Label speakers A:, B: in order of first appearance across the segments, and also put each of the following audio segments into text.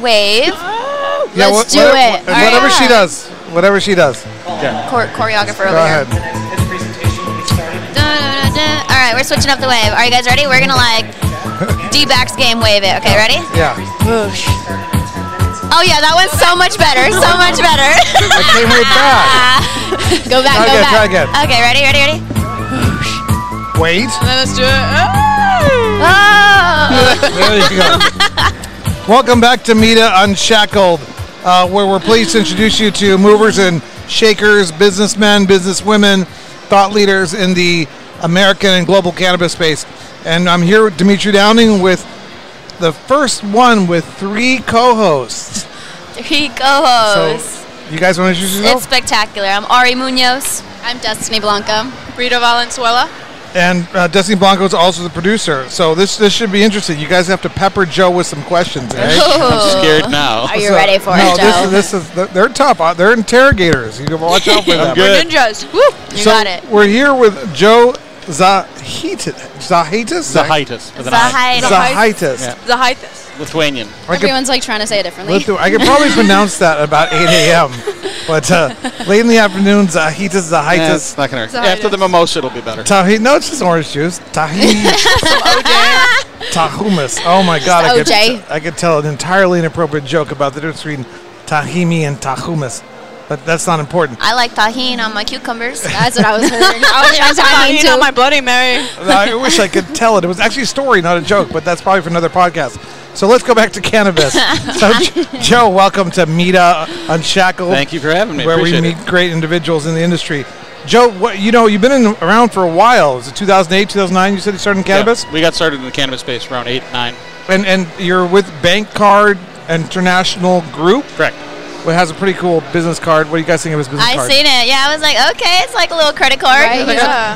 A: wave.
B: Yeah,
A: Let's
B: wha-
A: do
B: wha-
A: it.
B: wha-
A: All
B: Whatever
A: right.
B: she does. Whatever she does.
A: Chor- choreographer
B: Go
A: over here.
B: ahead.
A: Dun, dun, dun, dun. All right, we're switching up the wave. Are you guys ready? We're gonna like D-backs game wave it. Okay, ready?
B: Yeah.
A: Oh yeah, that one's so much better. So much better.
B: I came way back.
A: go back.
B: Try
A: go
B: again,
A: back.
B: try again.
A: Okay, ready? Ready? Ready?
B: Wait.
C: Let's do it. Ah!
A: Oh.
B: There you go. Welcome back to Meta Unshackled, uh, where we're pleased to introduce you to movers and shakers, businessmen, businesswomen, thought leaders in the American and global cannabis space. And I'm here with Dimitri Downing with the first one with three co-hosts.
A: Three co-hosts.
B: you guys want to introduce
A: it's
B: yourself?
A: spectacular. I'm Ari Munoz.
D: I'm Destiny Blanca.
C: Rita Valenzuela.
B: And uh, Destiny Blanco is also the producer, so this this should be interesting. You guys have to pepper Joe with some questions.
A: Oh.
B: eh?
A: Ooh.
E: scared now.
A: Are you
B: So-
A: ready for
B: no,
A: it,
B: this
A: Joe?
B: is, this is they're- they're tough. Uh, They're interrogators. You can watch out for them.
E: good.
C: Ninjas. Woo!
A: you
B: so
A: got it.
B: We're here with Joe Zahitis. Zahitis.
E: Zahitis. with an I.
A: Zahitis.
B: Zahitis.
E: Yeah.
C: Zahitis.
E: Lithuanian.
B: I could,
D: Everyone's like trying to say it differently.
B: let's do- I could probably pronounce that about 8 a.m. But uh, late in the afternoon, Zahitis,
E: Yeah,
B: Zahitis.
E: it's not gonna hurt.
C: Zahitis.
E: After the mimosa, it'll be better.
B: Tahi, no, it's just orange juice. Tahi, tahumas. Oh my god, I could,
D: OJ.
B: I could tell an entirely inappropriate joke about the difference between tahimi and tahumas, but that's not important.
A: I like tahini on my cucumbers.
D: That's what I was hearing.
C: I was trying to
D: find
C: find
D: you.
C: my Bloody Mary.
B: I wish I could tell it. It was actually a story, not a joke, but that's probably for another podcast. So let's go back to cannabis. so, Jo- Joe, welcome to Meta Unshackled.
E: Thank you for having me.
B: Where
E: Appreciate
B: we
E: it.
B: meet great individuals in the industry. Joe, what, you know, you've been in, around for a while. Was it 2008, 2009? You said you started in cannabis?
E: Yeah, we got started in the cannabis space around eight, nine.
B: and and you're with Bank Card International Group,
E: Correct.
B: which has a pretty cool business card. What do you guys think of his business
A: I
B: card?
A: seen it. Yeah, I was like, okay, it's like a little credit card.
D: Right?
C: Yeah.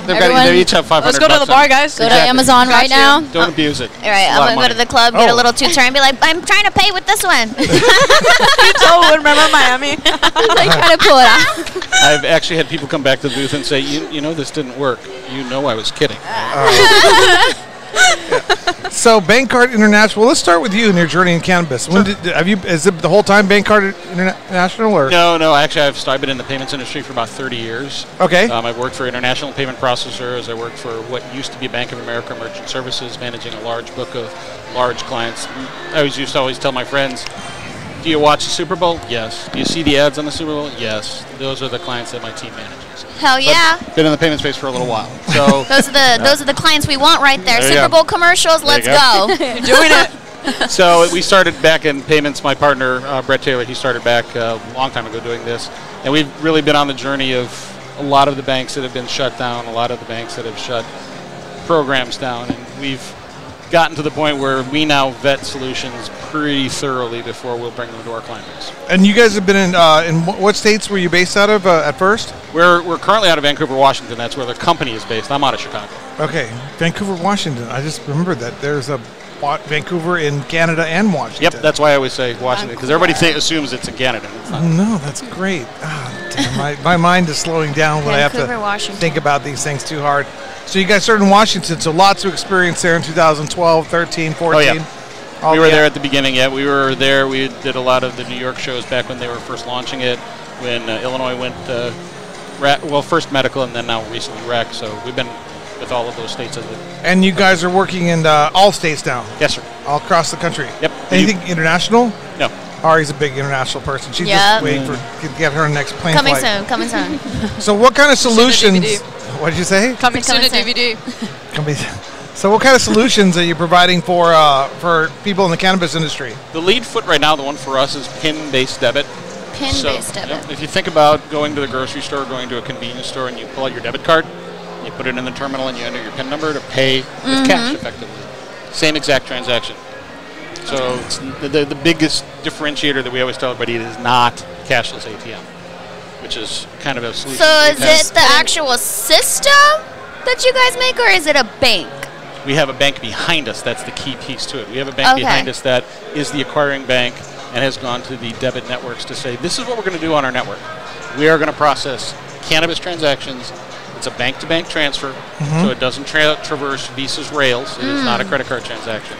E: They've got,
D: Everyone-
E: they each have 500
C: Let's go to
E: bucks
C: the
E: on
C: bar,
E: it.
C: guys.
D: Go to
E: Exactly.
D: Amazon
C: Got
D: right
C: you.
D: now.
E: Don't abuse it.
A: All right,
E: It's a lot
A: I'm gonna
E: of
A: go to
E: money.
A: the club, get
B: Oh.
A: a little two turn, be like, I'm trying to pay with this one.
C: Oh, remember Miami?
D: like trying to pull it off.
E: I've actually had people come back to the booth and say, you, you know, this didn't work. You know I was kidding.
B: So Bank Card International. Let's start with you and your journey in cannabis. When did, have you? Is it the whole time Bank Card International or
E: No, no. Actually, I've, st- I've been in the payments industry for about 30 years.
B: Okay.
E: Um, I've worked for international payment processors. I worked for what used to be Bank of America Merchant Services, managing a large book of large clients. I always used to always tell my friends, "Do you watch the Super Bowl? Yes. Do you see the ads on the Super Bowl? Yes. Those are the clients that my team manages."
A: Hell
E: So I've
A: yeah.
E: Been in the payment space for a little while, so.
A: Those are the those are the clients we want right there.
E: There you
A: Super
E: go.
A: Bowl commercials, let's
E: you
A: go.
C: Doing it.
E: so we started back in payments. My partner uh, Brett Taylor, he started back uh, a long time ago doing this, and we've really been on the journey of a lot of the banks that have been shut down, a lot of the banks that have shut programs down, and we've gotten to the point where we now vet solutions pretty thoroughly before we'll bring them to our client base.
B: And you guys have been in uh, in wh- what states were you based out of uh, at first?
E: We're, we're currently out of Vancouver, Washington. That's where the company is based. I'm out of Chicago.
B: Okay, Vancouver, Washington. I just remembered that there's a Wa- Vancouver in Canada and Washington.
E: Yep, that's why I always say Washington because everybody th- assumes it's in Canada. It's not.
B: No, that's great. Ah, damn, my, my mind is slowing down when I have
A: Vancouver,
B: to
A: Washington.
B: think about these things too hard. So you guys started in Washington, so lots of experience there in 2012, 13, 14.
E: Oh, yeah.
B: All
E: we were
B: the-
E: there at the beginning. Yeah, we were there. We did a lot of the New York shows back when they were first launching it. When uh, Illinois went, uh, rec, well, first medical and then now recently rec. So we've been with all of those states. As a,
B: And you guys are working in uh, all states now,
E: yes, sir.
B: all across the country.
E: Yep.
B: Anything international?
E: No.
B: Ari's a big international person. She's
A: Yep.
B: just waiting for to get her next plane
A: coming
B: flight.
A: soon, coming soon.
B: So what kind of solutions?
C: DVD.
B: What did you say?
C: Coming soon
A: Coming
C: to
A: soon.
C: DVD.
B: Coming- So what kind of solutions are you providing for uh, for people in the cannabis industry?
E: The lead foot right now, the one for us, is PIN-based debit.
A: Pin-based
E: So,
A: debit.
E: yep, if you think about going to the grocery store, going to a convenience store, and you pull out your debit card, you put it in the terminal, and you enter your PIN number to pay with
A: Mm-hmm.
E: cash, effectively. Same exact transaction. So it's n- the, the, the biggest differentiator that we always tell everybody is not cashless ATM, which is kind of a solution.
A: So
E: that
A: is
E: we've had.
A: it the actual system that you guys make or is it a bank?
E: we have a bank behind us. That's the key piece to it. We have a bank
A: Okay.
E: behind us that is the acquiring bank and has gone to the debit networks to say, this is what we're going to do on our network. We are going to process cannabis transactions. It's a bank
A: Mm-hmm.
E: to
A: Mm.
E: bank transfer, so it doesn't tra- traverse Visa's rails. It is not a credit card transaction.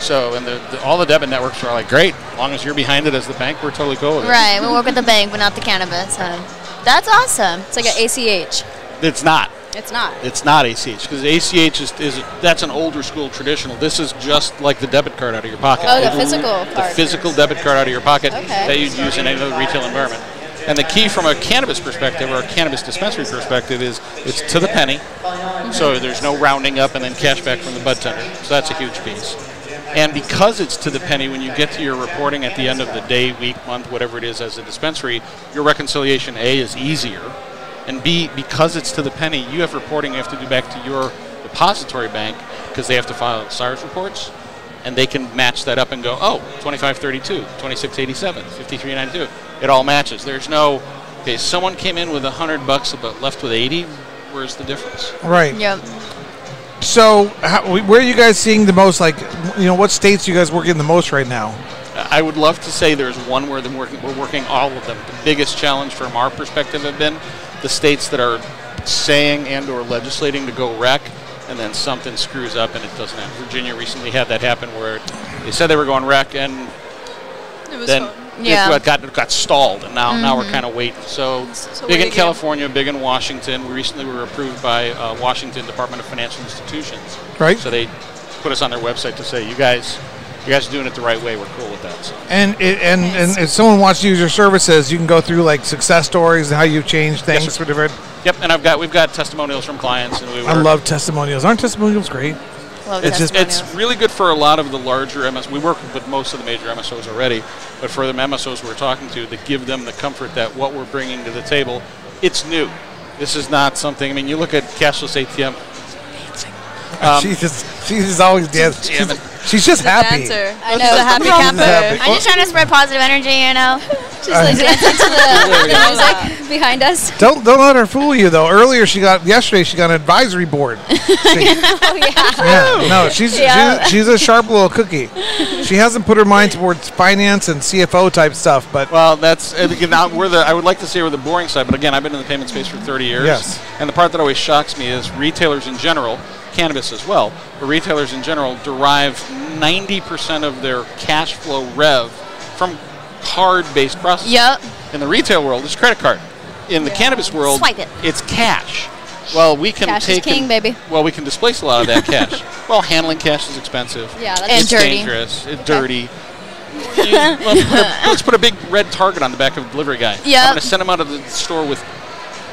E: So, and the, the, all the debit networks are like, great, as long as you're behind it as the bank, we're totally cool with it.
A: Right. We work with the bank, but not the cannabis. Huh? That's awesome.
D: It's like an ACH.
E: It's not.
D: It's not.
E: It's not ACH because ACH is, is that's an older school traditional. This is just like the debit card out of your pocket.
D: Oh, the physical
E: The
D: card.
E: physical debit card out of your pocket
D: Okay.
E: that you'd use in any other retail environment. And the key from a cannabis perspective or a cannabis dispensary perspective is it's to the penny. So there's no rounding up and then cash back from the bud tender. So that's a huge piece. And because it's to the penny, when you get to your reporting at the end of the day, week, month, whatever it is as a dispensary, your reconciliation A is easier. And B, because it's to the penny, you have reporting you have to do back to your depository bank because they have to file SARS reports. And they can match that up and go, oh, 2532, 2687, 5392. It all matches. There's no, okay, someone came in with 100 bucks but left with 80. Where's the difference?
B: Right.
A: Yep.
B: So, how, where are you guys seeing the most? Like, you know, what states you guys working the most right now?
E: I would love to say there's one where they're working, we're working all of them. The biggest challenge from our perspective have been the states that are saying and or legislating to go rec, and then something screws up and it doesn't happen. Virginia recently had that happen where they said they were going rec and
C: It was
E: then
C: fun.
E: it
A: Yeah.
E: got- got got stalled, and now now we're kind of waiting. So
C: Mm-hmm. So
E: big
C: wait
E: in
C: again.
E: California, big in Washington. We recently were approved by uh, Washington Department of Financial Institutions.
B: Right.
E: So they put us on their website to say, you guys, you guys are doing it the right way. We're cool with that. So.
B: And it, and and if someone wants to use your services, you can go through like success stories and how you've changed things
E: sir.
B: for different.
E: Yep, and I've got we've got testimonials from clients, and we were,
B: I love testimonials. Aren't testimonials great?
A: Love
E: it's
A: testimonials.
E: it's really good for a lot of the larger MS. We work with most of the major MSOs already, but for the MSOs we're talking to, to give them the comfort that what we're bringing to the table, it's new. This is not something. I mean, you look at cashless ATM. Um,
B: she's just she's just always dancing.
E: Damn
B: She's, she's just happy.
C: Dancer.
D: I
C: She's a
D: know.
C: happy
B: She's
C: camper.
B: happy.
A: I'm just trying to spread positive energy, you know.
D: She's like dancing to the, the music behind us.
B: Don't don't let her fool you though. Earlier she got yesterday she got an advisory board. She-
D: Oh yeah.
B: yeah, no, she's,
D: Yeah.
B: she's she's a sharp little cookie. She hasn't put her mind towards finance and CFO type stuff, but
E: Well, that's and again, now we're the. I would like to say we're the boring side, but again, I've been in the payment space for 30 years.
B: Yes.
E: And the part that always shocks me is retailers in general, cannabis as well, but retailers in general derive 90% of their cash flow rev from card-based processing.
A: Yup.
E: In the retail world, it's credit card. In the cannabis world,
A: Swipe it.
E: it's cash. Well, we can
D: Cash is
E: take
D: king,
E: and-
D: baby.
E: Well, we can displace a lot of that cash. Well, handling cash is expensive
D: Yeah. That's
A: And
E: it's
A: dirty.
E: dangerous. It's dirty. You- let's, put a, let's put a big red target on the back of the delivery guy.
A: Yep.
E: I'm going to send him out of the store with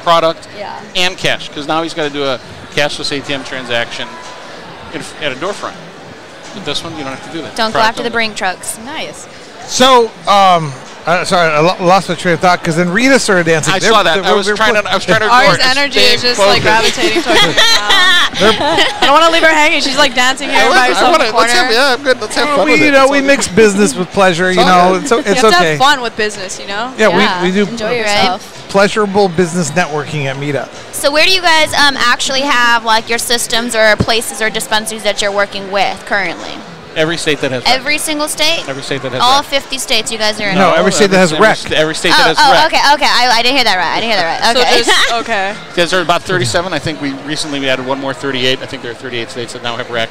E: product
D: Yeah.
E: and cash because now he's got to do a cashless ATM transaction in, f- at a door front. But this one, you don't have to do that.
A: Don't go
E: Product
A: after the
E: only.
A: brink trucks.
D: nice.
B: so um, uh, sorry, I lo- lost my train of thought because then Rita started dancing.
E: I
B: They're-
E: saw that. I
B: they're-
E: was
B: they're
E: trying
B: put-
E: to. I was trying to.
C: Ari's
E: ignore it.
C: energy
E: Stay
C: is just like
E: focused.
C: gravitating towards me now. I don't want to leave her hanging. She's like dancing here
E: I
C: by
E: wanna- I
C: herself in the
E: wanna- let's
C: corner.
E: have- yeah, I'm good. Let's have fun
B: we,
E: with
B: you
E: it.
B: know,
E: It's
B: we
E: all
B: mix business with pleasure. You
E: all
B: know,
E: good.
B: it's, o-
C: You
B: it's
C: have to
B: okay.
C: have fun with business, you know?
B: Yeah,
D: Yeah.
B: we, we do
D: Enjoy
B: p-
D: yourself.
B: pleasurable business networking at Meetup.
A: So where do you guys um, actually have like your systems or places or dispensaries that you're working with currently?
E: good. Every state that has. rec.
A: Every single state?
E: Every state that has.
A: All
E: rec.
A: 50 states you guys are in.
B: No, every state that has
E: every
B: rec.
E: st- Every state
A: Oh,
E: that has
A: oh,
E: rec.
A: okay, okay. I, I didn't hear that right. I didn't hear that right.
C: So
A: Okay.
C: there's, okay.
E: Because there are about 37. I think we recently we added one more 38. I think there are 38 states that now have rec,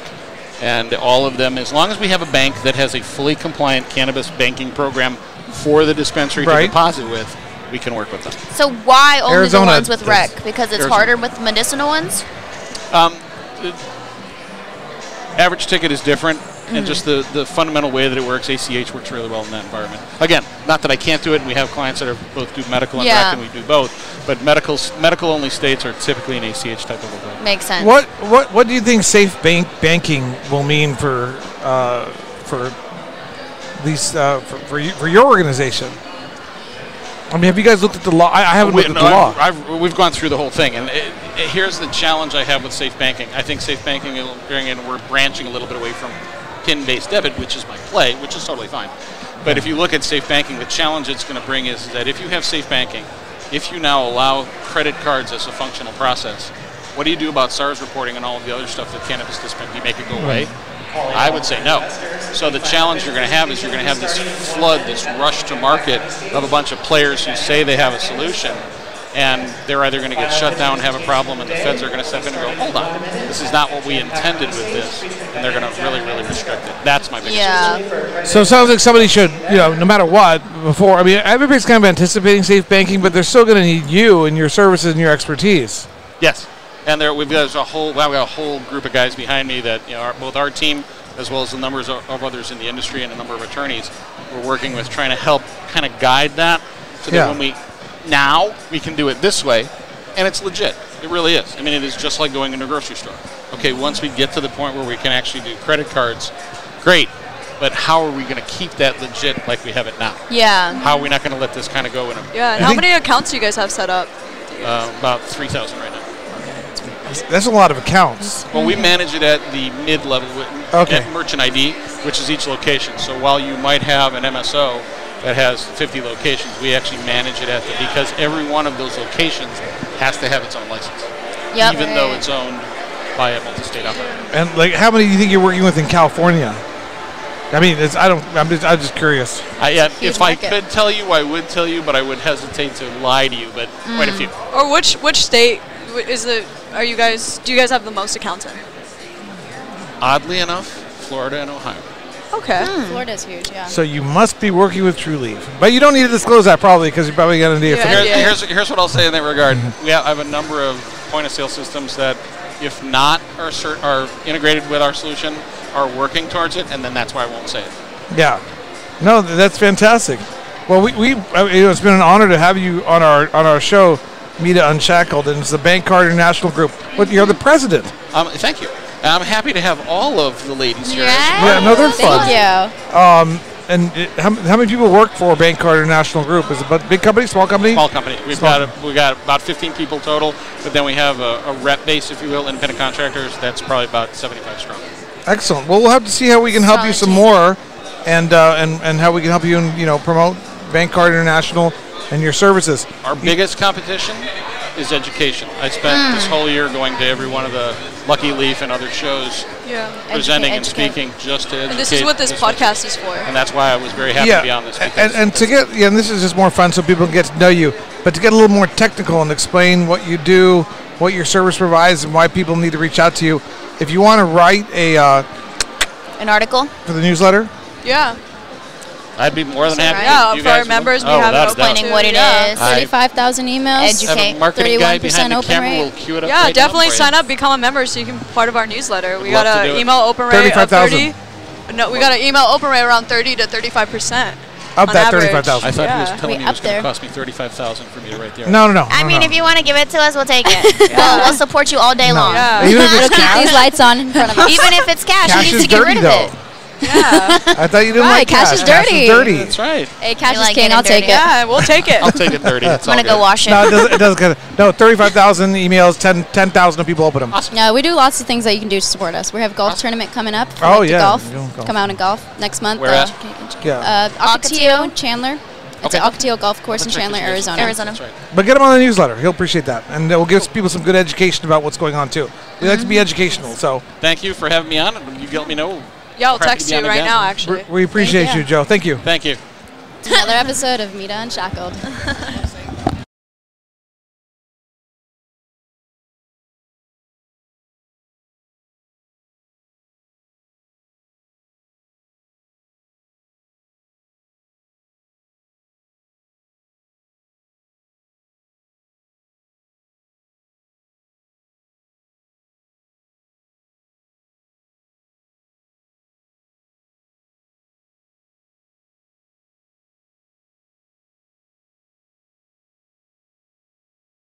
E: and all of them, as long as we have a bank that has a fully compliant cannabis banking program for the dispensary to
B: Right.
E: deposit with, we can work with them.
A: so why only
B: Arizona
A: the ones with
B: does-
A: rec? Because it's
E: Arizona.
A: harder with medicinal ones?
E: Um, the average ticket is different, and just the, the fundamental way that it works, ACH works really well in that environment. Again, not that I can't do it, and we have clients that are both do medical and
A: Yeah.
E: rec, and we do both. But medical medical only states are typically an ACH type of event.
A: Makes sense.
B: What what what do you think safe bank banking will mean for uh, for these uh, for for, you, for your organization? I mean, have you guys looked at the law? I, I haven't
E: We-
B: looked at
E: no,
B: the law.
E: I've, I've, we've gone through the whole thing, and it, it, here's the challenge I have with safe banking. I think safe banking, it'll bring in- we're branching a little bit away from pin-based debit, which is my play, which is totally fine. But if you look at safe banking, the challenge it's going to bring is that if you have safe banking, if you now allow credit cards as a functional process, what do you do about SARS reporting and all of the other stuff that cannabis dispensary you make it go away? I would say no. So the challenge you're going to have is you're going to have this flood, this rush to market of a bunch of players who say they have a solution, and they're either going to get shut down, have a problem, and the feds are going to step in and go, hold on, this is not what we intended with this, and they're going to really, really restrict it. That's my biggest
A: Yeah.
B: So it sounds like somebody should, you know, no matter what, before. I mean, everybody's kind of anticipating safe banking, but they're still going to need you and your services and your expertise.
E: Yes, and there we've got a whole. Well, I've got a whole group of guys behind me that you know, our, both our team as well as the numbers of, of others in the industry and a number of attorneys we're working with, trying to help kind of guide that, so
B: Yeah.
E: that when we now we can do it this way, and it's legit. It really is. I mean, it is just like going into a grocery store. Okay, once we get to the point where we can actually do credit cards, great. But how are we going to keep that legit like we have it now?
A: Yeah.
E: How are we not going to let this kind of go in a,
C: Yeah, and
B: I
C: how
B: think-
C: many accounts do you guys have set up?
E: uh, about 3,000 right now?
B: That's a lot of accounts.
E: Well, we manage it at the mid level with
B: Okay.
E: at merchant ID, which is each location. So while you might have an MSO that has 50 locations, we actually manage it at the because every one of those locations has to have its own license,
A: Yep.
E: even though it's owned by a multi-state operator.
B: And like, how many do you think you're working with in California? I mean, it's, I don't. I'm just, I'm just curious.
E: I, uh,
A: Huge
E: if I
A: market.
E: could tell you, I would tell you, but I would hesitate to lie to you. But quite
A: Mm.
E: a few.
C: Or which which state w- is the are you guys do you guys have the most accounts in?
E: Oddly enough, Florida and Ohio.
C: Okay.
D: Florida's huge, yeah.
B: So you must be working with TrueLeaf, but you don't need to disclose that probably because you're probably going to need it.
C: Yeah.
E: Here's, here's, here's what I'll say in that regard. We have, I have a number of point of sale systems that, if not are, cer- are integrated with our solution, are working towards it, and then that's why I won't say it.
B: Yeah. No, th- that's fantastic. Well, we, we I mean, you know, it's been an honor to have you on our on our show, Mita Unshackled, and it's the Bank Card International Group. What you're the president?
E: Um, thank you. And I'm happy to have all of the ladies here.
A: Yeah.
B: Yeah, no, they're fun.
D: Thank you.
B: And uh, how, m- how many people work for Bank Card International Group? Is it a big company, small company?
E: Small company. We've
B: Small.
E: got a, we got about 15 people total, but then we have a, a rep base, if you will, independent contractors. That's probably about 75 strong.
B: Excellent. Well, we'll have to see how we can help you
A: Solid
B: some
A: team.
B: more, and uh, and and how we can help you and you know promote Bank Card International and your services.
E: Our biggest competition is education. I spent this whole year going to every one of the Lucky Leaf and other shows,
C: Yeah.
E: presenting and
A: educate.
E: speaking just to educate.
C: And this is what this
E: businesses.
C: podcast is for.
E: and that's why I was very happy to be on this.
B: a-
E: because
B: And, and to get yeah, and this is just more fun so people can get to know you, but to get a little more technical and explain what you do, what your service provides, and why people need to reach out to you. If you want to write a uh,
A: An article.
B: for the newsletter,
C: Yeah.
E: I'd be more than happy.
A: right.
E: if
C: Yeah,
E: you
C: for our
E: guys would-
C: members, we
E: oh,
C: have
E: without
C: it
E: a
C: open
E: doubt.
C: to-
A: Explaining what it is.
C: Yeah.
E: I-
D: 35,000 emails.
E: I have a
A: Educate.
E: marketing guy
D: 31%
E: behind the
D: open
E: camera
D: rate.
E: will queue it up.
C: Yeah,
E: right now
C: definitely
E: for you.
C: sign up, become a member, so you can be part of our newsletter. we
E: love
C: got
E: to do
C: an
E: it.
C: email open rate of
B: 35,000.
C: 30. No, we got an email open rate around 30 to 35 percent.
B: of that thirty-five
E: I
B: thousand.
E: thought he
C: Yeah.
E: was telling
D: We
E: me it was
D: up
E: going to
D: there.
E: cost me thirty-five thousand for me to write there.
B: No, no, no.
A: I
B: no,
A: mean,
B: no.
A: if you want to give it to us, we'll take it. we'll, we'll support you all day long.
C: Yeah.
B: Even if it's
D: Keep
B: cash,
D: these lights on in front of us.
A: Even if it's cash,
B: cash
A: you need
B: is
A: to get
B: dirty
A: rid of
B: though.
A: it.
C: Yeah.
B: I thought you didn't
D: Right,
B: like cash.
D: cash is dirty.
E: that's right.
D: hey,
A: You
D: cash is
A: like
D: king.
A: getting
D: I'll take
A: dirty.
D: it.
C: yeah, we'll take it.
E: I'll take it dirty. It's
A: I'm
E: all
A: gonna go
E: good.
A: wash it.
B: No, it doesn't. It doesn't get it. No, thirty-five thousand emails. 10 10,000 people open them.
D: No, we do lots of things that you can do to support us. We have a golf tournament coming up.
B: Oh,
D: Like to
B: yeah,
D: golf.
B: you don't golf.
D: Come out and golf next month.
E: Where
D: uh,
E: at?
B: Yeah.
D: Uh, Ocotillo, Chandler. It's
E: Okay.
D: at Ocotillo Golf Course in
E: Check
D: Chandler,
E: this out.
A: Arizona.
D: Arizona.
E: That's right.
B: But get them on the newsletter. He'll appreciate that, and it will give people some good education about what's going on too. We like to be educational, so
E: Thank you for having me on. and You let me know.
C: Yeah, I'll
E: Crappy
C: text you
E: Deanna
C: right
E: Gavin.
C: now,
B: we-
C: actually.
B: we appreciate
D: you.
B: you, Joe. Thank you.
E: Thank you.
D: Another episode of Mita Unshackled.